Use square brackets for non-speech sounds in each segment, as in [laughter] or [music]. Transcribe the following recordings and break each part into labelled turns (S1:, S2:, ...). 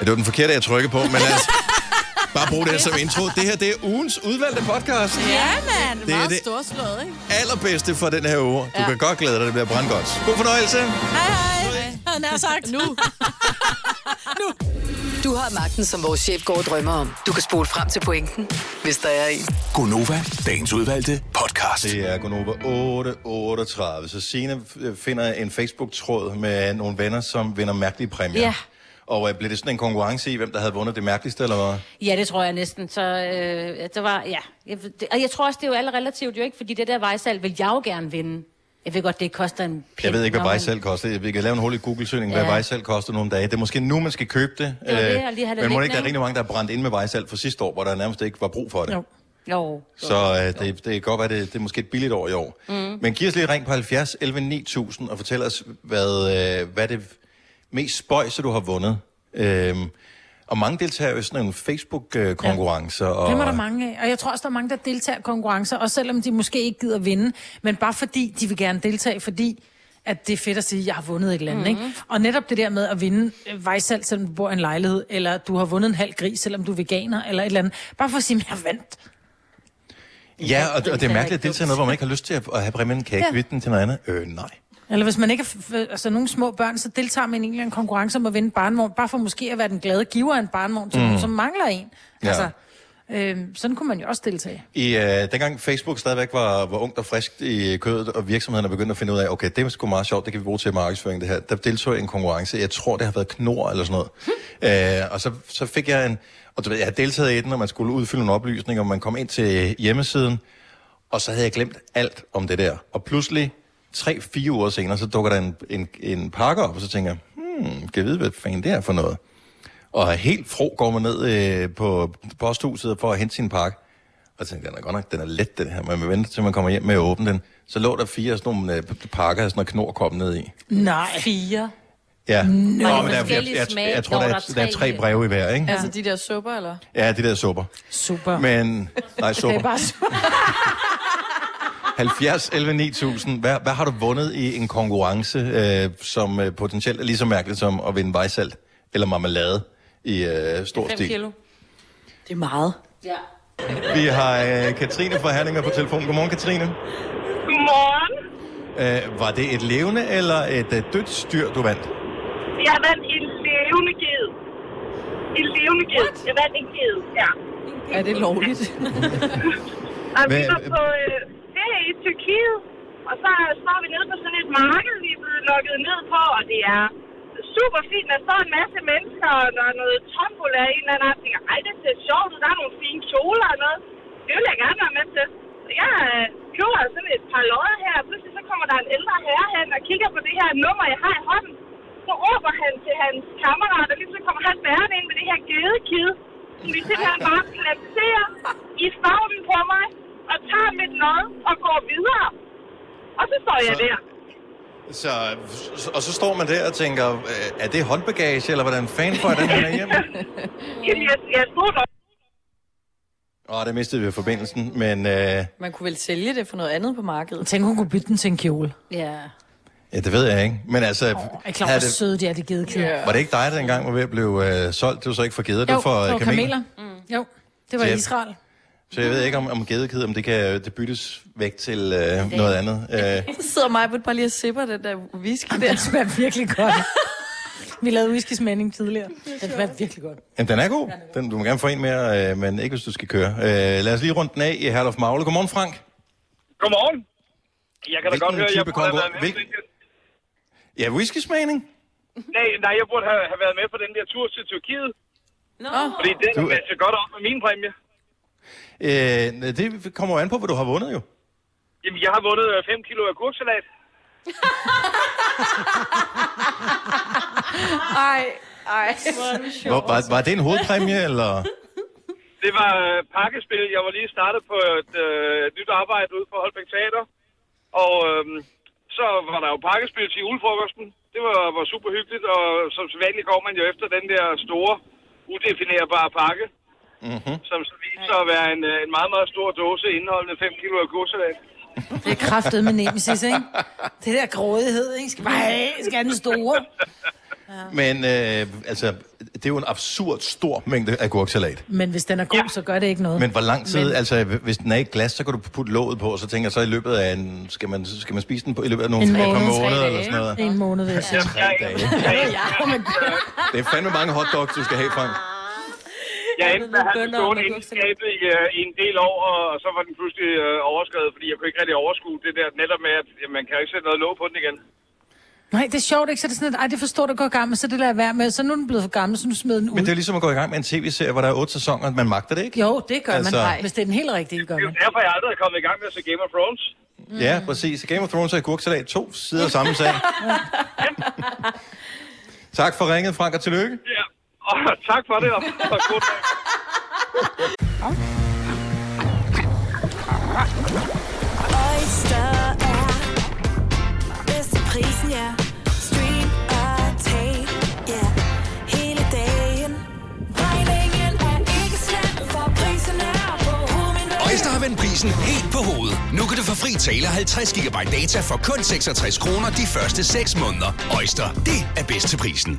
S1: det var den forkerte, jeg trykkede på, men
S2: [laughs]
S1: altså, bare brug det her som intro. Det her, det er ugens udvalgte podcast.
S2: Ja, mand.
S1: Det er
S2: Meget
S1: det-
S2: storslået, ikke?
S1: Allerbedste for den her uge. Du
S2: Ja.
S1: kan godt glæde dig, det bliver brandgodt. God fornøjelse.
S2: Hej, hej. Han har sagt. Nu.
S3: Du har magten, som vores chef går og drømmer om. Du kan spole frem til pointen, hvis der er en.
S4: Gonova, dagens udvalgte podcast.
S1: Det er Gunova 8.38, så Signe f- øh, finder en Facebook-tråd med nogle venner, som vinder mærkelige præmier.
S5: Ja.
S1: Og øh, blev det sådan en konkurrence i, hvem der havde vundet det mærkeligste, eller hvad?
S5: Ja, det tror jeg næsten. Så øh, det var, ja. Jeg, det, og jeg tror også, det er jo alle relativt jo ikke, fordi det der vejsal vil jeg jo gerne vinde. Jeg ved godt, det koster en pind,
S1: Jeg ved ikke, hvad
S5: når man-
S1: vejsal koster. Vi kan lave en hul i Google-søgning, hvad
S5: Ja.
S1: vejsal koster nogle dage. Det er måske nu, man skal købe det.
S5: Det var det, jeg lige
S1: Øh,
S5: havde
S1: men må
S5: liggende,
S1: ikke, der er
S5: ikke?
S1: rigtig mange, der er brændt ind med vejsal for sidste år, hvor der nærmest ikke var brug for det. Jo.
S5: Jo.
S1: Så øh, det, det kan godt være, det, det er måske et billigt år i år. Mm. Men giv os lige et ring på 70 11 9000 og fortæl os, hvad, øh, hvad det mest spøjse, du har vundet. Øhm, og mange deltager jo i sådan nogle Facebook-konkurrencer. Ja.
S6: Dem er der mange af, og jeg tror også, der er mange, der deltager i konkurrencer, også selvom de måske ikke gider vinde, men bare fordi, de vil gerne deltage, fordi at det er fedt at sige, at jeg har vundet et eller andet, mm-hmm. ikke? Og netop det der med at vinde øh, vejsalt, selvom du bor i en lejlighed, eller du har vundet en halv gris, selvom du er veganer, eller et eller andet. Bare for at sige, at jeg vandt.
S1: Ja, og, og det er mærkeligt at deltage i noget, hvor man ikke har lyst til at, at have præmien. Kan jeg ikke
S6: Ja.
S1: ja. den til noget andet? Øh, nej.
S6: Eller hvis man ikke er f- f- altså, nogle små børn, så deltager man i en eller anden konkurrence om at vinde en barnvogn, bare for måske at være den glade giver af en barnvogn, til mm. nogen, som mangler en.
S1: Ja.
S6: Altså, øh, sådan kunne man jo også deltage.
S1: I, øh, dengang Facebook stadigvæk var, var ungt og frisk i kødet, og virksomhederne begyndte at finde ud af, okay, det er sgu meget sjovt, det kan vi bruge til markedsføring, det her. Der deltog jeg i en konkurrence, jeg tror, det har været knor eller sådan noget. øh, og så, så fik jeg en, og du ved, jeg har deltaget i den, og man skulle udfylde nogle oplysninger, og man kom ind til hjemmesiden, og så havde jeg glemt alt om det der. Og pludselig, tre-fire uger senere, så dukker der en, en, en pakke op, og så tænker jeg,
S7: [laughs]
S1: hmm, kan jeg vide, hvad fanden det er for noget? Og helt fro går man ned øh, på posthuset for at hente sin pakke. Og tænkte, den er godt nok, den er let, den her. Man må vente, til man kommer hjem med at åbne den. Så lå der fire af sådan nogle øh, pakker af sådan noget knorkop ned i.
S6: Nej.
S2: Fire.
S1: Ja. Nå, men der, jeg, jeg,
S5: forskellige
S1: jeg,
S5: smag.
S1: jeg tror,
S5: Nå,
S1: der
S5: der
S1: er,
S5: er
S1: der er tre
S5: tre.
S1: breve i hver, ikke?
S2: Altså de der supper, eller?
S1: Ja, det der supper.
S6: Super. Men...
S1: Men,
S6: Det
S1: nej,
S6: er
S1: supper.
S6: bare super.
S1: 70, 11, 9000. Hvad, hvad har du vundet i en konkurrence, øh, som øh, potentielt er lige så mærkeligt som at vinde vejsalt eller marmelade i øh, stor
S5: 5
S1: stil?
S5: kilo.
S2: Det er meget.
S5: Ja.
S1: Vi har øh, Katrine fra Herninger på telefon. Godmorgen, Katrine.
S8: Godmorgen.
S1: Øh, var det et levende eller et øh, dødt styr, du vandt?
S8: Jeg vandt en levende ged. En levende ged. Jeg vandt en ged, ja.
S2: Er det lovligt?
S8: [laughs] Og vi
S1: Hvad-
S8: var på øh, ferie i Tyrkiet, og så står vi nede på sådan et marked, vi er blevet lukket ned på, og det er super fint. Der står en masse mennesker, og der er noget tombola i en eller anden art. Jeg tænker, ej, det ser sjovt ud. Der er nogle fine kjoler og noget. Det vil jeg gerne være med til. Så jeg øh, køber sådan et par lodder her, og pludselig så kommer der en ældre herre hen og kigger på det her nummer, jeg har i hånden. Så råber han til hans kammerat, og lige så kommer han bærende ind med det her gedekid, som vi simpelthen bare placerer i favnen på mig, og tager mit lod og går videre. Og så står jeg
S1: Så-
S8: der.
S1: Så, s- og så står man der og tænker, øh, er det håndbagage, eller hvordan fanden får jeg den her med hjem?
S8: Jamen, jeg, jeg stod der.
S1: [laughs] Åh, der mistede vi forbindelsen, men øh, ja,
S2: Man kunne vel sælge det for noget andet på markedet?
S6: Tænk, hun kunne bytte den til en kjole.
S5: Ja.
S1: det ved jeg ikke. Men altså,
S6: Jeg er klar, hvor
S1: havde det,
S6: søde de er, de gedekæder. Yeah.
S1: var det ikke dig, der engang var ved at blive øh, solgt? Det var så ikke for geder, det var
S6: Jo,
S1: for øh,
S6: for
S1: kameler.
S6: kameler. Mm. Jo, det var
S1: Så
S6: i
S1: jeg-
S6: Israel.
S1: Så jeg ved ikke, om, om gedekid, om det kan øh, det byttes væk til øh, noget andet. Øh,
S2: Så sidder mig bare lige og sipper den der whisky der.
S6: Det smager virkelig godt. Vi lavede whiskysmænding tidligere. Det smager virkelig godt.
S1: men den er god. Den, du må gerne få en mere, øh, men ikke hvis du skal køre. Øh, lad os lige runde den af i Herlof Magle. Godmorgen, Frank.
S9: Godmorgen. Jeg kan da
S1: Hvilken
S9: godt høre, at jeg
S1: type
S9: burde have
S1: konkurrence-
S9: været med. på
S1: Hvil-
S9: den der-
S1: Ja, whisky-smagning.
S9: Nej, nej, jeg burde have, have været med på den der tur til Tyrkiet.
S5: Nå.
S9: Fordi den
S1: Du er-
S9: matcher godt op med min præmie.
S1: Øh, det kommer jo an på, hvad du har vundet jo.
S9: Jamen, jeg har vundet 5 kilo agurksalat.
S2: Ej, ej.
S1: Hvor, var, var det en hovedpræmie, eller...
S9: Det var øh, pakkespil. Jeg var lige startet på et øh, nyt arbejde ude på Holbæk Teater. Og øhm, så var der jo pakkespil til julefrokosten. Det var, var super hyggeligt, og som sædvanligt går man jo efter den der store, udefinerbare pakke. Mm-hmm. Som så viser at være en, øh, en meget, meget stor dåse indeholdende 5 kilo agurksalat.
S6: Det er kraftet med nemesis, ikke? Det der grådighed, ikke? Skal bare have, skal have den store.
S1: Men øh, altså, det er jo en absurd stor mængde agurksalat.
S6: Men hvis den er god, ja. så gør det ikke noget.
S1: Men hvor lang tid, Men... altså hvis den er i et glas, så kan du putte låget på, og så tænker jeg, så i løbet af en, skal man, skal man spise den på, i løbet af nogle
S6: En
S1: tre- et par
S6: måned, tre
S1: måneder
S5: dage.
S1: eller sådan noget? Altså,
S6: En måned, vil jeg sige.
S1: Tre dage. Det er fandme mange hotdogs, du skal have, Frank.
S9: Jeg
S2: Ja,
S9: endte
S2: det
S9: med
S2: ved
S9: at have den
S2: bønder,
S9: stående
S2: om
S9: inde i
S2: agurksalat.
S9: skabet i, øh, i en del år, og så var den pludselig øh, overskrevet, fordi jeg kunne ikke rigtig overskue det der netop med, at jamen, man kan jo ikke sætte noget låg på den igen.
S6: Nej, det er sjovt, ikke? Så er det sådan, at ej, det forstår du godt gammel, så det lader jeg være med. Så nu er den blevet for gammel, så nu smider den ud.
S1: Men det er jo ligesom at gå i gang med en tv-serie, hvor der er otte sæsoner, man magter det, ikke?
S6: Jo, det gør altså...
S1: Altså-
S6: man. Nej, hvis det er den helt rigtige, gør
S9: Det er jo
S6: man.
S9: derfor, jeg aldrig er kommet i gang med at se Game of Thrones.
S1: Ja, præcis. Game of Thrones og agurksalat, to sider af samme sag. tak for ringet, Frank, og tillykke.
S9: Ja. Og tak for det, og, og god dag.
S10: Oyster er bedst til prisen, ja. Stream og tag, ja. Hele dagen. Regningen er ikke slem, for prisen er på hovedet.
S4: Øjster har vendt prisen helt på hovedet. Nu kan du få fri tale og 50 GB data for kun 66 kroner de første 6 måneder. Øjster, det er bedst til prisen.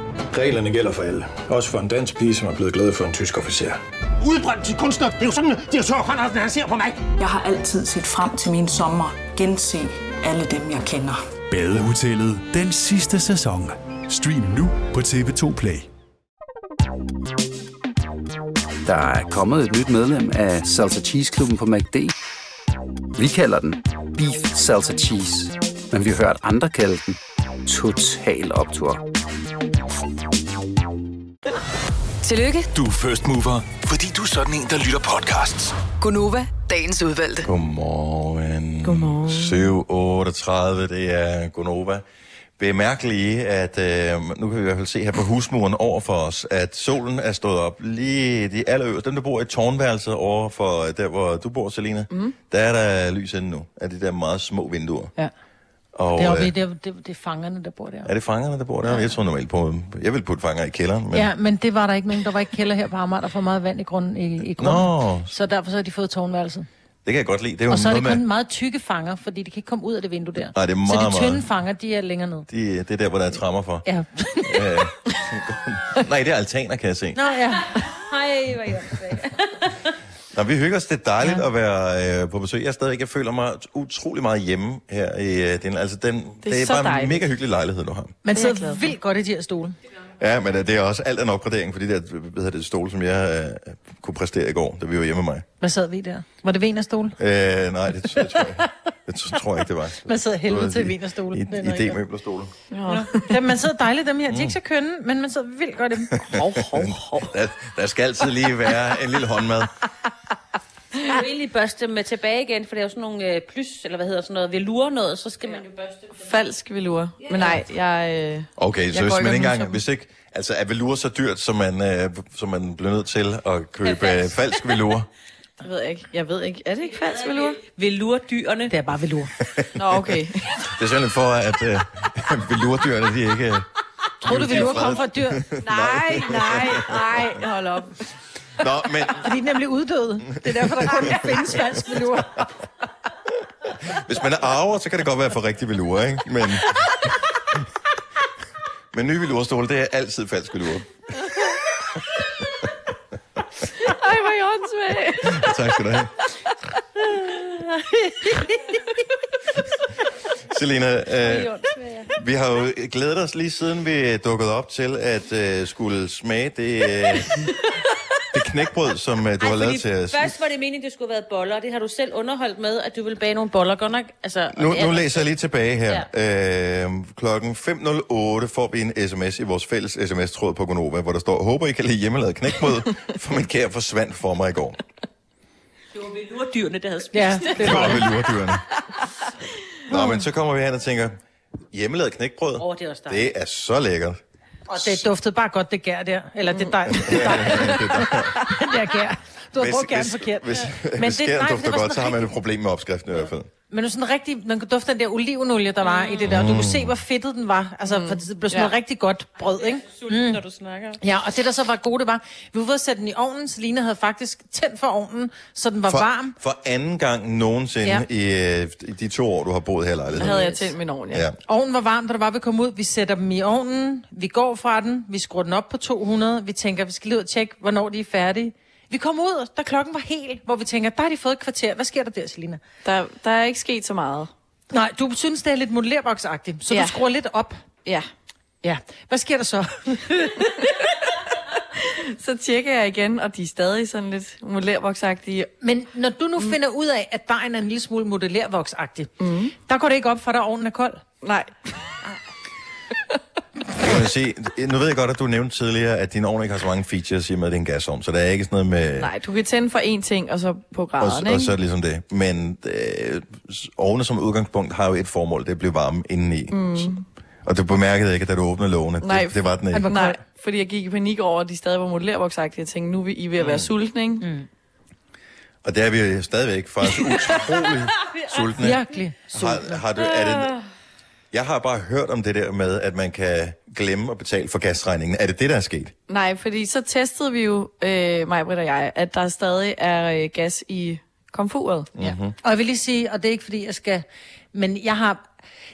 S11: Reglerne gælder for alle. Også for en dansk pige, som er blevet glad for en tysk officer.
S12: Udbrøndt til kunstner. Det er jo sådan, at de så Conradsen, han ser på mig. Jeg har altid set frem til min sommer. Gense alle dem, jeg kender.
S4: Badehotellet den sidste sæson. Stream nu på TV2 Play.
S13: Der er kommet et nyt medlem af Salsa Cheese Klubben på MACD. Vi kalder den Beef Salsa Cheese, men vi har hørt andre kalde den Total Optor.
S3: Tillykke,
S4: Du er first mover, fordi du er sådan en, der lytter podcasts.
S3: Gunova, dagens udvalgte.
S1: Godmorgen. Godmorgen. 7.38, det er Gonova. Bemærk lige, at øh, nu kan vi i hvert fald se her på husmuren over for os, at solen er stået op lige de allerøverste. Dem, der bor i tårnværelset over for øh, der, hvor du bor, Selina, mm. der er der lys inde nu af de der meget små vinduer.
S6: Ja.
S1: Og,
S6: Det er, oppe i-
S1: øh,
S6: det, er, det, det er fangerne, der bor der.
S1: er det fangerne, der bor der? Jeg tror normalt på dem. Jeg vil putte fanger i kælderen. Men...
S6: Ja, men det var der ikke nogen. Der var ikke kælder her på Amager, der får meget vand i grunden. I, i grunden.
S1: Nå.
S6: Så derfor så har de fået tårnværelset.
S1: Det kan jeg godt lide. Det er jo
S6: Og så er det
S1: noget
S6: kun
S1: med,
S6: meget tykke fanger, fordi de kan ikke komme ud af det vindue der.
S1: Nej, det er meget,
S6: så de tynde
S1: meget-
S6: fanger, de er længere ned.
S1: de, det er der, hvor der er trammer for. [laughs]
S6: Ja.
S1: Øh, Nej, det er altaner, kan jeg se.
S6: Nå ja.
S5: Hej, hvor er jeg
S1: Nå, vi hygger os. Det er dejligt ja. at være øh, på besøg. Jeg, stadigvæk, jeg føler mig utrolig meget hjemme her i øh, den. Altså, den, det er, det er
S6: så
S1: bare en
S6: dejligt.
S1: mega hyggelig lejlighed, du har.
S6: Man sidder vildt godt i de her stole.
S1: Ja, men øh, det er også alt en opgradering for de der øh, hvad hedder det, stole, som jeg øh, kunne præstere i går, da vi var hjemme med mig.
S6: Hvad sad vi der? Var det Venerstol?
S1: Øh, nej, det, det, tror jeg, det tror jeg ikke, det var.
S6: Man sidder helvede til Wienerstole.
S1: I,
S6: Det er
S1: i,
S6: noget,
S1: i
S6: jeg gør.
S1: D-møblerstole.
S6: Ja. Dem, man sidder dejligt dem her. De er
S1: Mm.
S6: ikke så kønne, men man sidder vildt godt i
S1: [laughs]
S6: dem. Hov, hov, hov.
S1: Der, der skal altid lige være en lille håndmad.
S5: jo egentlig børste dem tilbage igen, for det er jo sådan nogle øh, plys, eller hvad hedder sådan noget, velure noget, så skal man jo børste dem.
S2: Falsk velure. Men nej, jeg... Øh,
S1: Okay,
S2: jeg
S1: så
S2: går
S1: hvis
S2: ikke
S1: man
S2: op
S1: ikke
S2: i
S1: engang,
S2: sådan-
S1: hvis ikke, altså er velure så dyrt, som man, øh, som man bliver nødt til at købe øh,
S5: falsk.
S1: falsk velure?
S2: Det ved jeg ikke. Jeg ved ikke. Er det ikke falsk velure?
S5: Velurdyrene.
S6: Det er bare velur.
S2: Nå, okay.
S1: Det er simpelthen for, at øh, [laughs] velurdyrene, de ikke... øh,
S6: Tror du,
S1: de er
S6: velur
S1: fredet.
S6: kom fra et dyr?
S2: nej, nej, nej. Hold op.
S1: [laughs] Nå, men
S6: De er nemlig uddøde. Det er derfor, der kun findes falsk velur.
S1: hvis man er arver, så kan det godt være for rigtig velure, ikke? Men, [laughs] men nye velurestole, det er altid falsk velure.
S2: Ej, hvor er I åndssvage.
S1: Tak skal du have. Selina, øh, vi har jo glædet os lige siden vi dukkede op til at øh, skulle smage
S5: [laughs]
S1: det, øh, det knækbrød, som øh, du har lavet til os.
S5: først var det meningen, det skulle have været boller, og det har du selv underholdt med, at du ville bage nogle boller, godt nok. Altså, og
S1: Nu,
S5: det er-
S1: nu læser jeg lige tilbage her. Ja. Øh, klokken 5.08 får vi en sms i vores fælles sms-tråd på Gonova, hvor der står, håber I kan lide hjemmelavet
S5: [laughs]
S1: knækbrød, for min kære forsvandt for mig i går.
S5: Det var velurdyrene, der havde spist.
S6: Ja, det
S1: Det
S6: var
S1: var
S5: [laughs]
S1: vel lurdyrene. Nå, men så kommer vi hen og tænker, hjemmelavet knækbrød,
S5: Åh, det er også dejligt.
S1: det er så lækkert.
S6: Og det duftede bare godt, det gær der. Eller
S1: Mm.
S6: det
S1: [laughs]
S6: dej. Det [laughs] der gær. Du har brugt gæren forkert.
S1: Hvis, hvis,
S6: Men
S1: hvis
S6: det-
S1: det,
S6: nej, for det
S1: dufter
S6: var
S1: godt,
S6: sådan
S1: så har man et problem med opskriften i hvert fald.
S6: Men det var sådan rigtig, man kunne dufte den der olivenolie, der var mm. i det der, og du kunne se, hvor fedtet den var. Altså, mm. for det blev sådan
S2: Ja.
S6: noget rigtig godt brød, ikke? Mm.
S2: Sulten,
S5: Mm.
S2: når du snakker.
S6: Ja, og det, der så var godt, det var, vi var ude at sætte den i ovnen, så Lina havde faktisk tændt for ovnen, så den var
S1: for,
S6: varm.
S1: For anden gang nogensinde ja. i, øh, i de to år, du har boet her i
S6: Der
S1: lejligheden.
S6: tændt min ovn,
S1: Ja.
S6: Ovnen var varm, da der var, vi kom ud. Vi sætter dem i ovnen, vi går fra den, vi skruer den op på 200, vi tænker, vi skal lige ud og tjekke, hvornår de er færdige. Vi kom ud, da klokken var helt, hvor vi tænker, der har de fået et kvarter. Hvad sker der der, Selina?
S2: Der, der er ikke sket så meget.
S6: Nej, du synes, det er lidt modellerboksagtigt, så ja.
S2: Ja.
S6: du skruer lidt op.
S2: Ja.
S6: Ja. Hvad sker der så?
S2: [laughs] så tjekker jeg igen, og de er stadig sådan lidt modellerboksagtige.
S6: Men når du nu mm. finder ud af, at dejen er en lille smule modellervoksagtig, mm. der går det ikke op for dig, at ovnen er kold.
S2: Nej.
S1: Kan man sige, nu ved jeg godt, at du nævnte tidligere, at din ovn ikke har så mange features, i og med, at det er en gasovn, så der er ikke sådan noget med...
S2: Nej, du kan tænde for én ting, og så på
S1: Og,
S2: graderne,
S1: og
S2: ikke?
S1: så er det ligesom det. Men øh, s- ovne som udgangspunkt har jo et formål, det er at blive varme indeni. Mm. Mm. Og du bemærkede ikke, at da du åbnede lågene,
S2: Nej,
S1: det, det var den ikke.
S2: nej, fordi jeg gik i panik over, at de stadig var modellerboksagtige. Jeg tænkte, nu er vi- I er ved at være sultne, ikke? Mm.
S1: Og der er vi stadigvæk
S2: [laughs]
S1: faktisk utrolig sultne.
S6: Virkelig
S1: Har, har du, er
S2: Øh,
S1: det, jeg har bare hørt om det der med, at man kan glemme at betale for gasregningen. Er det det, der er sket?
S2: Nej, fordi så testede vi jo, øh, mig, Britt og jeg, at der stadig er øh, gas i komfuret.
S1: Ja. Mm-hmm.
S6: Og jeg vil lige sige, og det er ikke fordi, jeg skal... Men jeg har...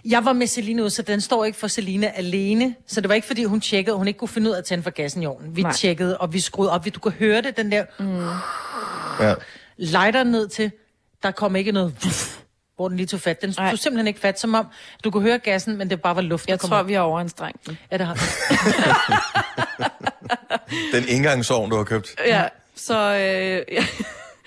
S6: Jeg var med Selina ud, så den står ikke for Selina alene. Så det var ikke fordi, hun tjekkede, og hun ikke kunne finde ud af at tænde for gassen i ovnen. Vi Nej.
S2: Nej.
S6: tjekkede, og vi skruede op. Vi- Du kunne høre det, den der mm.
S1: Ja.
S6: lighter ned til. Der kom ikke noget... vuff, Hvor den lige tog fat. Den tog simpelthen ikke fat, som om du kunne høre gassen, men det bare var luft. Jeg
S2: tror, vi har overanstrengt den.
S6: Ja, det har vi.
S1: Den engangsovn, du har købt.
S2: Ja, så øh, jeg,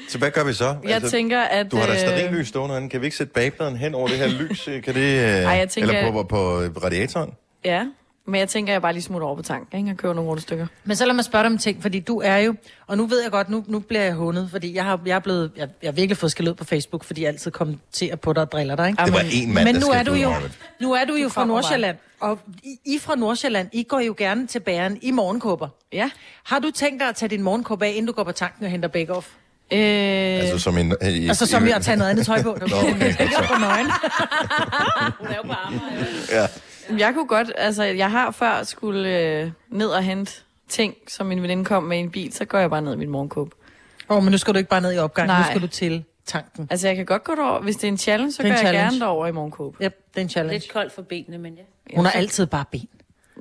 S1: Så hvad gør vi så? Altså,
S2: Jeg tænker, at,
S1: Du har da
S2: øh,
S1: stadig lys stående herinde. Kan vi ikke sætte bagpladen hen over det her
S2: [laughs]
S1: lys? Øh, Kan det... Øh,
S2: Ej, jeg tænker- Øh,
S1: Eller på, på, på radiatoren?
S2: ja, men jeg tænker, at jeg bare lige smutter over på tanken, ikke? Og køber nogle rullestykker.
S6: Men så lad mig spørge dig om en ting, fordi du er jo, og nu ved jeg godt, nu, nu bliver jeg hundet, fordi jeg har, jeg er blevet, jeg, jeg har virkelig fået skæld ud på Facebook, fordi jeg altid kommenterer på dig og driller dig. Ikke?
S1: Det var én mand,
S6: Men
S1: der
S6: nu er
S1: skældte
S6: du
S1: ud,
S6: jo,
S1: Marvitt.
S6: nu er du jo
S2: Du
S6: fra
S2: kommer bare.
S6: Nordsjælland, og I, I fra Nordsjælland, I går jo gerne til bæren i morgenkåber.
S2: Ja.
S6: Har du tænkt dig at tage din morgenkåbe af, inden du går på tanken og henter bake-off?
S2: Øh,
S1: Altså som en... I,
S6: altså som jeg tager noget andet tøj
S1: [laughs]
S6: på.
S1: Nå, okay.
S6: på nøgen.
S1: Ja.
S2: Jeg kunne godt, altså jeg har før skulle øh, ned og hente ting, som min veninde kom med i en bil, så går jeg bare ned i min morgenkåb.
S6: Åh, oh, men nu skal du ikke bare ned i opgangen, nu
S2: Nej.
S6: skal du til tanken.
S2: Altså jeg kan godt gå derover, hvis det er en challenge, så
S6: Det er
S2: gør
S6: en
S2: jeg
S6: challenge.
S2: gerne derover i morgenkåb. Altså,
S6: Yep, det er en challenge.
S5: Lidt koldt for benene, men ja.
S6: Hun har altid bare ben.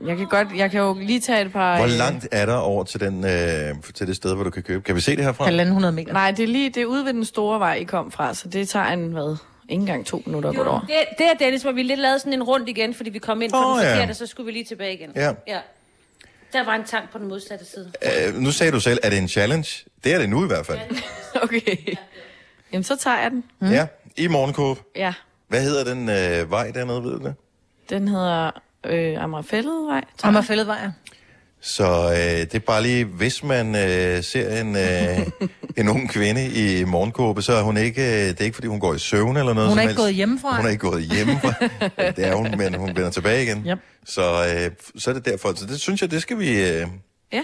S2: Jeg kan godt, jeg kan jo lige tage et par...
S1: Hvor
S2: øh,
S1: langt er der over til, den, øh, til det sted, hvor du kan købe? Kan vi se det herfra?
S6: Halvanden hundrede meter.
S2: Nej, det er lige det er ude ved den store vej, I kom fra, så det tager en, hvad, ikke engang to minutter at gå derover.
S5: Det, det er Dennis, hvor vi lidt lavede sådan en rundt igen, fordi vi kom ind fra
S1: Åh,
S5: oh, den
S1: ja.
S5: forkerte, ja. så skulle vi lige tilbage igen.
S1: Ja.
S5: ja. Der var en tank på den modsatte side.
S1: Øh, nu sagde du selv, at det er en challenge. Det er det nu i hvert fald.
S2: [laughs] Okay. Jamen, så tager jeg den.
S1: Ja, i morgenkåb.
S2: Ja,
S1: Hvad hedder den øh, vej dernede, ved du det?
S2: den hedder øh, Amagerfælledvej.
S6: Amagerfælledvej, ja.
S1: Så øh, det er bare lige, hvis man øh, ser en, øh, en ung kvinde i morgenkåbe, så er hun ikke, øh, det er ikke, fordi hun går i søvn eller noget
S6: Hun
S1: som
S6: er ikke
S1: helst.
S6: gået hjemmefra.
S1: Hun er ikke gået hjemmefra. det er hun, men hun vender tilbage igen.
S6: Yep.
S1: Så, øh, så er det derfor. Så det synes jeg, det skal vi... Øh,
S2: Ja.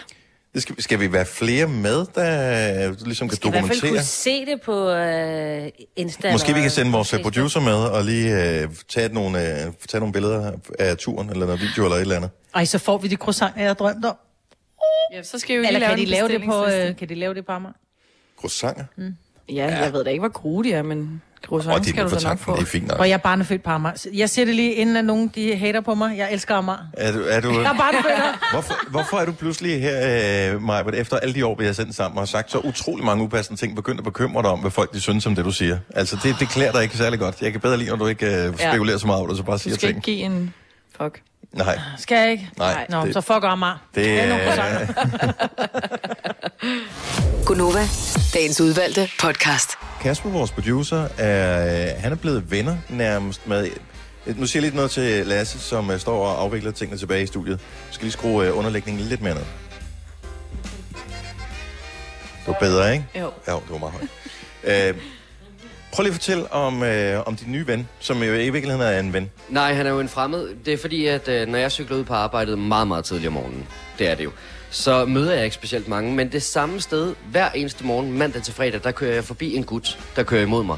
S1: det skal, skal vi være flere med, der øh, ligesom kan
S5: Du kan i hvert fald
S1: dokumentere?
S5: kunne se det på øh, Insta.
S1: Måske vi
S5: eller-
S1: kan sende vores øh, producer med og lige øh, tage, nogle, øh, tage nogle billeder af turen, eller noget video eller et eller andet.
S6: [laughs] Ej, så får vi de croissanter, jeg drømte om.
S2: Ja, så skal jeg jo lige
S6: Eller
S2: lave
S6: kan de
S2: en
S6: lave det på,
S2: bestillingsliste.
S6: øh, kan de lave det på Amager?
S1: Croissanter?
S6: Mm.
S2: Ja, jeg ved da ikke, hvor gode de er, men croissant
S1: Og de er
S2: skal
S1: nu
S2: du
S1: for
S2: da nok
S1: tanken,
S2: få.
S1: det er fint nok.
S6: Og jeg er barnefødt på Amager. Så Jeg siger det lige, inden at nogen de hater på mig. Jeg elsker Amager.
S1: Er du, er du,
S6: Jeg er barnefødt.
S1: hvorfor, hvorfor er du pludselig her, øh, Maja, efter alle de år, vi har sendt sammen og har sagt så utrolig mange upassende ting, begyndt at bekymre dig om, hvad folk de synes om det, du siger? Altså, det, det klæder dig ikke særlig godt. Jeg kan bedre lide, når du ikke øh,
S2: Ja.
S1: spekulerer så meget over det, så bare
S2: Du
S1: siger
S2: skal ikke
S1: ting.
S2: give en fuck.
S1: Nej, øh,
S6: Skal jeg ikke?
S1: Nej,
S6: Nå,
S1: det-
S6: så fuck Amager.
S1: det
S6: er nogle
S1: er...
S6: croissanter.
S3: Gunova, dagens udvalgte podcast.
S1: Kasper, vores producer, er, øh, han er blevet venner nærmest med... øh, Nu siger jeg lidt noget til Lasse, som øh, står og afvikler tingene tilbage i studiet. Jeg skal lige skrue øh, underlægningen lidt mere ned. Det var bedre, ikke?
S2: Jo.
S1: Jo, det var meget højt. Øh, Prøv lige at fortælle om, øh, om din nye ven, som jo i virkeligheden er en ven.
S14: Nej, han er jo en fremmed. Det er fordi, at øh, når jeg cykler ud på arbejdet meget, meget tidligt om morgenen, det er det jo, så møder jeg ikke specielt mange, men det samme sted hver eneste morgen, mandag til fredag, der kører jeg forbi en gut, der kører imod mig.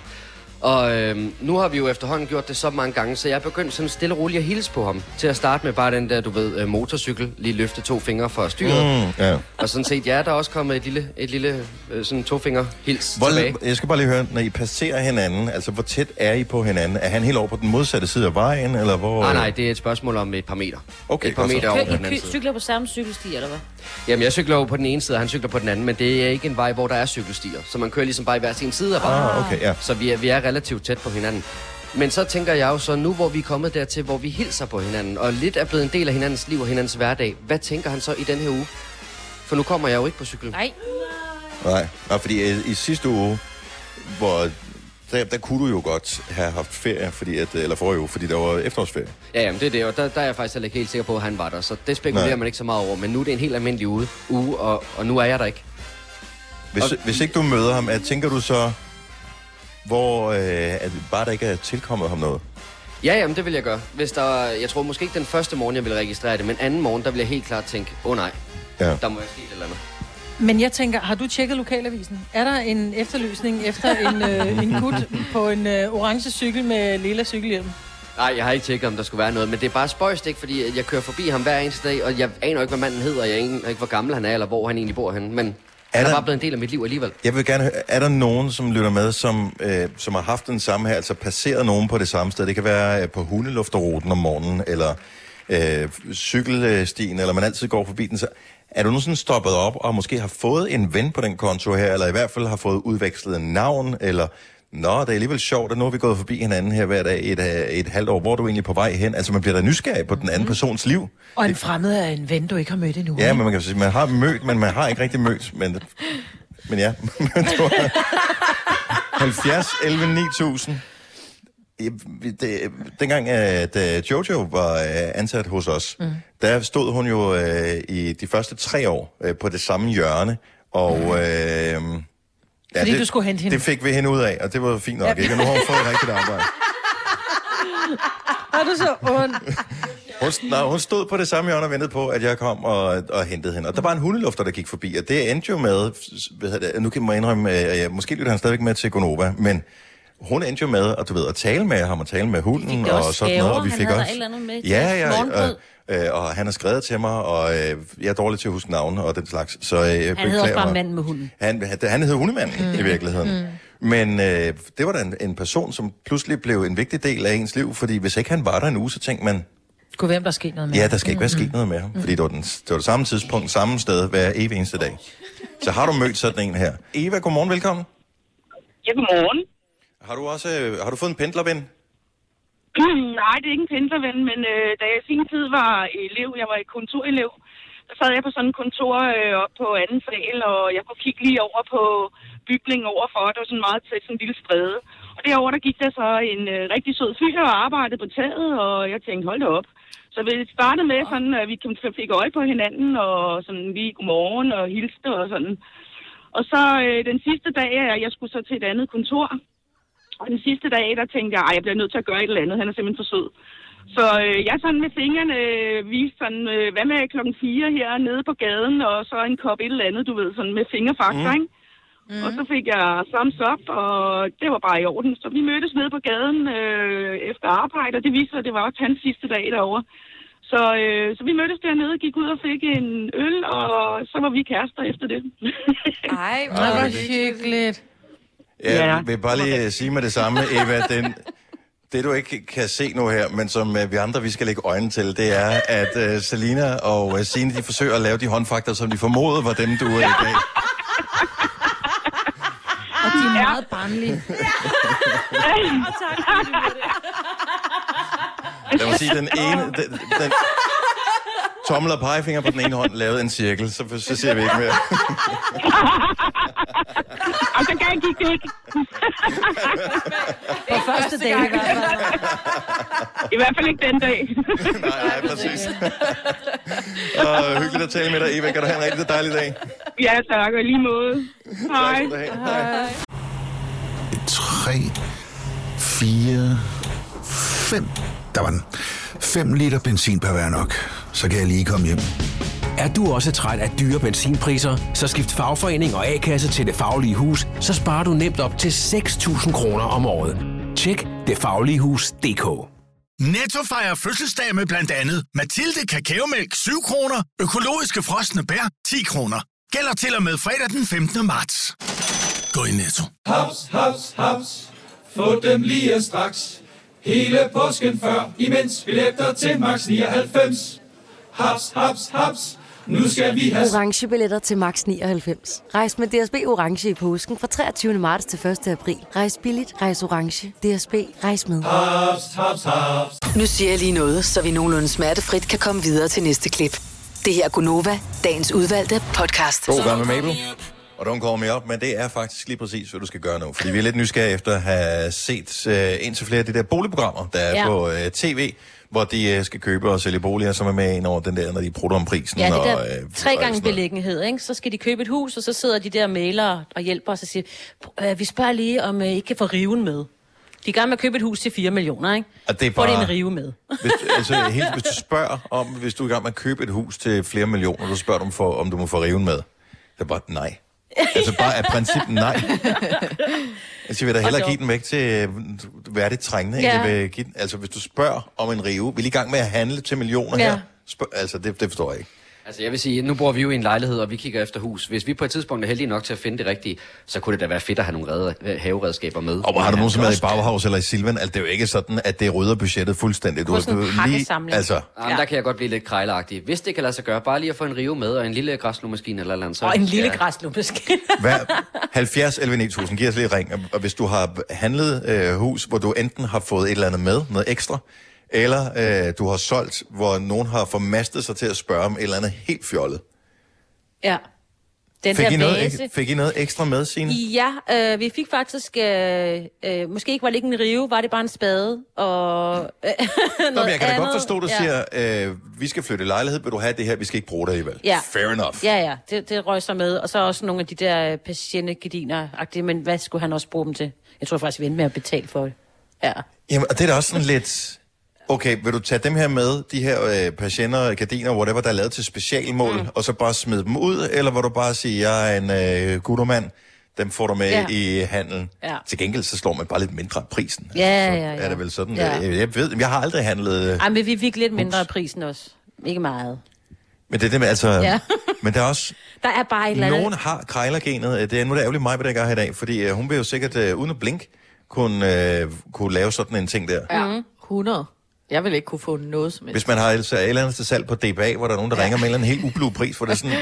S14: Og øh, nu har vi jo efterhånden gjort det så mange gange, så jeg er begyndt sådan stille og roligt at hilse på ham. Til at starte med bare den der, du ved, øh, motorcykel, lige løfte to fingre fra styret.
S1: Mm, ja.
S14: Og sådan set, ja, der er også kommet et lille, et lille øh, sådan tofinger hils tilbage.
S1: Hvor, jeg skal bare lige høre, når I passerer hinanden, altså hvor tæt er I på hinanden? Er han helt over på den modsatte side af vejen, eller hvor...
S14: Ah, Nej, nej, det er et spørgsmål om et par meter.
S1: Okay,
S14: et par
S1: godt så.
S14: meter over på den
S5: Kører, I
S14: anden
S5: ky-
S14: side.
S5: cykler på samme cykelsti, eller hvad?
S14: Jamen, jeg cykler jo på den ene side, og han cykler på den anden, men det er ikke en vej, hvor der er cykelstier. Så man kører ligesom bare i hver sin side af vejen.
S1: Ah, okay, ja.
S14: Så vi er, vi er relativt tæt på hinanden. Men så tænker jeg jo så, nu hvor vi er kommet dertil, hvor vi hilser på hinanden, og lidt er blevet en del af hinandens liv og hinandens hverdag, hvad tænker han så i den her uge? For nu kommer jeg jo ikke på cykel.
S5: Nej.
S1: Nej, nej fordi øh, i sidste uge, hvor... Der, der kunne du jo godt have haft ferie, fordi at, øh, eller forrige uge, fordi der var efterårsferie.
S14: Ja, jamen, det er det, og der, der er jeg faktisk heller ikke helt sikker på, at han var der, så det spekulerer
S1: Nej.
S14: Nej. man ikke så meget over. Men nu er det en helt almindelig uge, uge og, og nu er jeg der ikke.
S1: Hvis, og, hvis ikke du møder ham, er, tænker du så, hvor øh, at bare der ikke er tilkommet ham noget?
S14: Ja, jamen det vil jeg gøre. Hvis der, jeg tror måske ikke den første morgen, jeg vil registrere det, men anden morgen, der vil jeg helt klart tænke, åh oh, nej,
S1: ja.
S14: der må jeg ske et eller andet.
S6: Men jeg tænker, har du tjekket lokalavisen? Er der en efterløsning efter en, øh, en gut på en øh, orange cykel med lilla cykelhjelm?
S14: Nej, jeg har ikke tjekket, om der skulle være noget, men det er bare spøjst, ikke? Fordi at jeg kører forbi ham hver eneste dag, og jeg aner ikke, hvad manden hedder, og jeg aner ikke, hvor gammel han er, eller hvor han egentlig bor henne. Men er han er bare blevet en del af mit liv alligevel.
S1: Jeg vil gerne høre, er der nogen, som lytter med, som, øh, som har haft den samme her, altså passeret nogen på det samme sted? Det kan være øh, på hundelufterruten om morgenen, eller øh, cykelstien, eller man altid går forbi den. Så er du nogensinde stoppet op og måske har fået en ven på den konto her, eller i hvert fald har fået udvekslet en navn, eller Nå, det er alligevel sjovt, at nu har vi gået forbi hinanden her hver dag et, øh, et halvt år. Hvor er du egentlig på vej hen? Altså, man bliver da nysgerrig på den anden persons liv.
S6: Og en fremmed er en ven, du ikke har mødt endnu.
S1: Ja,
S6: ikke?
S1: men man kan sige, man har mødt, men man har ikke rigtig mødt. Men, men ja, [laughs] Men du har- 70, 11, 9000. Ja, vi- Det, dengang, at øh, Jojo var øh, ansat hos os, mm. der stod hun jo øh, i de første tre år øh, på det samme hjørne, og... Øh, ja,
S6: Mm. Fordi du skulle hente hende.
S1: Det fik vi hende ud af, og det var fint nok,
S6: Ja.
S1: ja. ikke? Og nu har hun fået et rigtigt arbejde.
S6: [laughs] Er du så ond?
S1: Hun, nej, hun stod på det samme hjørne og ventede på, at jeg kom og, og hentede hende. Og der var en hundelufter, der gik forbi, og det endte jo med, hvad hedder det, nu kan man indrømme, at jeg, måske lytter han stadigvæk med til Gonova, men hun endte jo med at, du ved, at tale med ham og tale med hunden
S5: da også
S1: og sådan noget.
S5: gaver.
S1: Og vi
S5: Han
S1: fik
S5: havde da
S1: også,
S5: et eller andet med til
S1: ja, ja,
S5: morgenbrød.
S1: og, øh, og han har skrevet til mig, og øh, jeg er dårlig til at huske navne og den slags, så øh, jeg
S5: Han hedder også
S1: beklager
S5: bare
S1: mig.
S5: manden med hunden.
S1: Han, han- han hed Hundemanden mm. i virkeligheden. Mm. Men øh, det var da en, en person, som pludselig blev en vigtig del af ens liv, fordi hvis ikke han var der en uge, så tænkte man,
S6: Gud, hvem der er sket noget med? Mm-hmm.
S1: Ja, der skal ikke være sket noget med ham, fordi det var, den, det var det samme tidspunkt, samme sted, hver evig eneste dag. Så har du mødt sådan en her. Eva, godmorgen, velkommen.
S8: Ja, godmorgen.
S1: Har du også øh, har du fået en pendlerven?
S8: [clears throat] Nej, det er ikke en pendlerven, men øh, da jeg i sin tid var elev, jeg var kontorelev, der sad jeg på sådan et kontor øh, op på anden sal, og jeg kunne kigge lige over på bygningen overfor, der var sådan meget tæt, sådan en lille stræde. Og derovre, der gik der så en øh, rigtig sød fyr og arbejdede på taget, og jeg tænkte, hold da op. Så vi startede med sådan, at vi kom- fik øje på hinanden, og sådan lige godmorgen og hilste og sådan. Og så øh, den sidste dag, jeg, jeg skulle så til et andet kontor, og den sidste dag, der tænkte jeg, at jeg bliver nødt til at gøre et eller andet. Han er simpelthen for sød. Så øh, jeg sådan med fingrene øh, viste sådan, øh, hvad med klokken 4 her nede på gaden, og så en kop et eller andet, du ved, sådan med fingerfaktor,
S15: Mm.
S8: mm. ikke? Mm. Og så fik jeg thumbs up, og det var bare i orden. Så vi mødtes nede på gaden øh, efter arbejde, og det viste sig, at det var også hans sidste dag derovre. Så, øh, så vi mødtes dernede, gik ud og fik en øl, og så var vi kærester efter det.
S2: Ej,
S6: Nej, hvor hyggeligt.
S1: Ja,
S6: Ja.
S1: ja. vil bare lige øh, sige med det samme, Eva, den, det du ikke kan se nu her, men som øh, vi andre vi skal lægge øjnene til, det er, at øh, Selina og øh, Signe, de forsøger at lave de håndfakter, som de formodede var dem, du øh, er i dag.
S6: Og de er meget barnlige.
S2: [laughs] Og tak, fordi du gjorde
S1: Lad mig sige, den ene... Den, den, tommel og pegefinger på den ene hånd lavede en cirkel, så, så ser vi ikke mere.
S8: og så gav gik det
S6: [laughs]
S8: ikke.
S6: På første dag, i hvert fald.
S8: I hvert fald ikke den dag.
S1: nej, nej,
S8: [laughs]
S1: præcis. Og hyggeligt at tale med dig, Eva. Kan du have en rigtig dejlig dag?
S8: ja, tak. Og i lige måde. Hej.
S1: Hej.
S8: Hej.
S15: 3, 4, 5. Der var den. 5 liter benzin per hver nok. Så kan jeg lige komme hjem.
S16: Er du også træt af dyre benzinpriser, så skift fagforening og A-kasse til Det Faglige Hus, så sparer du nemt op til 6.000 kroner om året. Tjek detfagligehus.dk
S17: Netto fejrer fødselsdag med blandt andet Mathilde Kakaomælk 7 kroner, økologiske frosne bær 10 kroner. Gælder til og med fredag den 15. marts. Gå i Netto.
S18: Haps, haps, haps. Få dem lige straks. Hele påsken før, imens billetter til max 99. Haps, haps, haps. Nu skal vi have...
S19: orange billetter til max 99. Rejs med DSB orange i påsken fra 23. marts til 1. april. Rejs billigt, rejs orange. DSB rejs med.
S18: Haps, haps, haps.
S3: Nu siger jeg lige noget, så vi nogenlunde smertefrit kan komme videre til næste klip. Det her er Gunova, dagens udvalgte podcast.
S1: God gang med Mabel. Og don't call me up, men det er faktisk lige præcis, hvad du skal gøre nu. Fordi vi er lidt nysgerrige efter at have set øh, indtil flere af de der boligprogrammer, der er
S5: Ja.
S1: ja. på øh, tv, hvor de øh, skal købe og sælge boliger, som er med ind over den der, når de prutter om prisen.
S5: Ja, det
S1: og,
S5: der tre gange beliggenhed, ikke? Så skal de købe et hus, og så sidder de der malere og hjælper os og siger, "Øh, vi spørger lige, om øh, I ikke kan få riven med. De er i gang med at købe et hus til 4 millioner, ikke?
S1: Og det er
S5: Får de
S1: bare-
S5: en rive med.
S1: Hvis, altså, helt, hvis du spørger om, hvis du er i gang med at købe et hus til flere millioner, så spørger du dem for, om du må få riven med. Det er bare et nej. Altså bare af princip nej. Altså, jeg vil da
S20: Og
S1: hellere
S20: dog.
S1: give den væk til øh, værdigt trængende.
S20: Ja.
S1: Ja. Vil give den, altså, hvis du spørger om en rive, vil I i gang med at handle til millioner
S14: Ja.
S1: her? Spørg, altså, det, det forstår jeg ikke.
S14: Altså jeg vil sige, nu bor vi jo i en lejlighed, og vi kigger efter hus. Hvis vi på et tidspunkt er heldige nok til at finde det rigtige, så kunne det da være fedt at have nogle redder, haveredskaber med.
S1: Og hvor har du
S14: Ja,
S1: nogensinde været i
S14: kost.
S1: Bauhaus eller i Silvan? Altså, det er jo ikke sådan, at det rydder budgettet fuldstændigt. Du
S14: Hos
S1: har-
S14: en
S1: du-
S14: pakkesamling.
S1: Altså,
S14: Jamen, der kan jeg godt blive lidt krejleragtig. Hvis det kan lade sig gøre, bare lige at få en rive med og en lille græsslåmaskine eller et eller andet. Så
S5: Og en lille
S14: Ja.
S5: græslumpeskid.
S1: Hvad? 70 11 9000, giv os lige et ring. Og hvis du har handlet øh, hus, hvor du enten har fået et eller andet med, noget ekstra, eller øh, du har solgt, hvor nogen har formastet sig til at spørge om et eller andet helt fjollet.
S5: Ja. Den
S1: fik,
S5: der
S1: I noget,
S5: vase.
S1: ek- fik I noget ekstra med, Signe?
S5: Ja, øh, vi fik faktisk, øh, øh, måske ikke var det ikke en rive, var det bare en spade og øh, [laughs] noget
S1: Nå, men jeg kan da
S5: andet.
S1: godt forstå, at du
S5: ja.
S1: ja. siger, øh, vi skal flytte i lejlighed, vil du have det her, vi skal ikke bruge det alligevel.
S5: Ja.
S1: Fair enough.
S5: Ja, ja, det, det røg så med. Og så også nogle af de der patientegardiner men hvad skulle han også bruge dem til? Jeg tror faktisk, vi endte med at betale for det. Ja.
S1: Jamen, og det er da også sådan lidt... Okay, vil du tage dem her med, de her øh, patienter, gardiner, whatever, der er lavet til specialmål, mm. og så bare smide dem ud, eller vil du bare sige, jeg er en øh, guttermand, dem får du med
S5: Ja.
S1: ja. i handelen.
S5: Ja.
S1: Til gengæld, så slår man bare lidt mindre af prisen.
S5: Ja, ja, ja.
S1: Er det vel sådan?
S5: Ja.
S1: Ja. Jeg, jeg ved, jeg har aldrig handlet... Øh,
S5: Ej, men vi fik lidt mindre af prisen også. Ikke meget.
S1: men det er det med, altså...
S5: Ja. [laughs]
S1: Ja. Men der er også...
S5: Der er bare et eller andet.
S1: Nogen har krejlergenet. Øh, Det er nu det ærgerligt mig, hvad der gør her i dag, fordi øh, hun vil jo sikkert, øh, uden at blink, kunne, øh, kunne lave sådan en ting der.
S6: Mhm.
S2: Ja. 100. Jeg vil ikke kunne få noget som helst.
S1: Hvis man har altså et eller andet til salg på DBA, hvor der er nogen, der ja. ringer med en eller anden helt ublu pris, hvor det er sådan,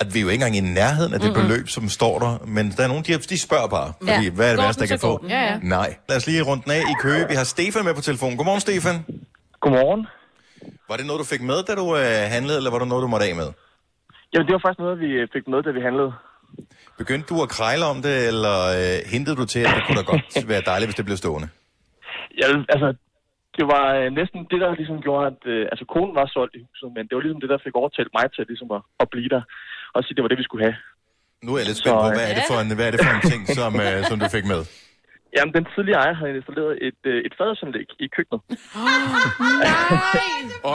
S1: at vi er jo ikke engang i nærheden af det
S2: Mm-mm.
S1: mm-hmm. beløb, som står der. Men der er nogen, de, har- de spørger bare,
S2: Ja.
S1: fordi ja. hvad er det
S2: Går
S1: værste,
S2: den,
S1: jeg kan
S2: så går
S1: få?
S2: den. Ja, ja.
S1: Nej. Lad os lige runde den af i Køge. Vi har Stefan med på telefonen. Godmorgen, Stefan. Godmorgen. Var det noget, du fik med, da du øh, handlede, eller var det noget, du måtte af med?
S7: Jamen, det var faktisk noget, vi øh, fik med, da vi handlede.
S1: Begyndte du at krejle om det, eller øh, hintede du til, at det kunne da
S7: [laughs]
S1: godt være dejligt, hvis det blev stående?
S7: Ja, altså, det var øh, næsten det, der ligesom gjorde, at øh, altså, konen var solgt i huset, men det var ligesom det, der fik overtalt mig til ligesom at, at blive der. Og sige, det var det, vi skulle have.
S1: Nu er jeg lidt spændt på, hvad er det for en, hvad er det for en ting, som, øh, som du fik med?
S7: [laughs] Jamen, den tidligere ejer havde installeret et, øh, et fadelsanlæg i køkkenet.
S1: Og, og, og,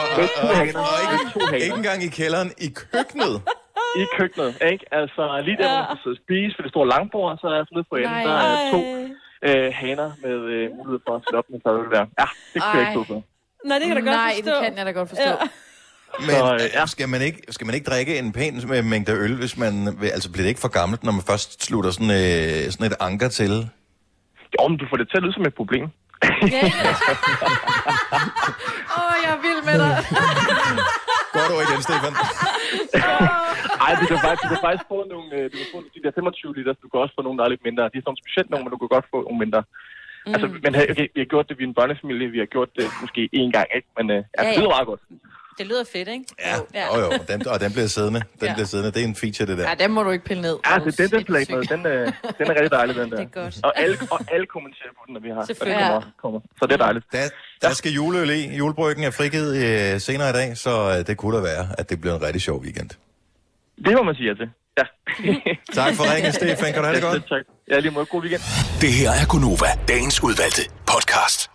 S1: og ikke, ikke engang i kælderen, i køkkenet.
S7: I køkkenet, ikke? Altså, lige der, hvor man skal sidde og spise ved det store langbord, så er jeg sådan nede for enden,
S2: Nej.
S7: der er to øh, haner med øh, mulighed for at sætte op med fadøl der. Ja, det kunne jeg ikke
S2: Ej.
S7: stå for.
S5: Nej, det kan jeg da godt
S2: Nej,
S5: forstå.
S2: det kan jeg da godt forstå. Ja.
S1: Men så, øh, ja. skal, man ikke, skal man ikke drikke en pæn mæ- mængde øl, hvis man... vil- Altså, bliver det ikke for gammelt, når man først slutter sådan, øh, sådan et anker til?
S7: Jo, men du får det til at lyde som et problem.
S2: Åh, oh, jeg er vild med
S1: [laughs]
S2: dig.
S1: Godt over igen, Stefan.
S7: [laughs] Ej, du kan faktisk, du kan faktisk få nogle, øh, du kan få de der 25 liter, du kan også få nogle, der er lidt mindre. De er sådan specielt nogle, men du kan godt få nogle mindre. Mm. Altså, men hey, okay, vi har gjort det, vi er en børnefamilie, vi har gjort det måske én gang, ikke? Men øh, ja,
S5: Ja,
S7: det
S5: ja.
S7: lyder meget godt.
S5: Det lyder fedt, ikke?
S1: Ja, Jo, jo, og den, og den bliver siddende. Den
S5: Ja.
S1: ja. bliver siddende. Det er en feature, det der.
S2: Ja, den må du ikke pille ned.
S7: Ja, det er den, den flag med. Den, øh, den er rigtig dejlig, den der. Det er
S2: godt.
S7: Og alle, [laughs] og alle kommenterer på den, når vi har. når det
S2: Selvfølgelig.
S7: Kommer, kommer. Så det er dejligt.
S1: Der, der skal juleøl i. Julebryggen er frigivet øh, senere i dag, så øh, det kunne da være, at det bliver en rigtig sjov weekend.
S7: Det må man sige ja til.
S1: Tak for
S7: [laughs]
S1: ringen, Stefan. Kan du have det
S7: Ja,
S1: godt?
S7: selv tak. Ja, lige måde. God weekend.
S20: Det her er Gunova, dagens udvalgte podcast.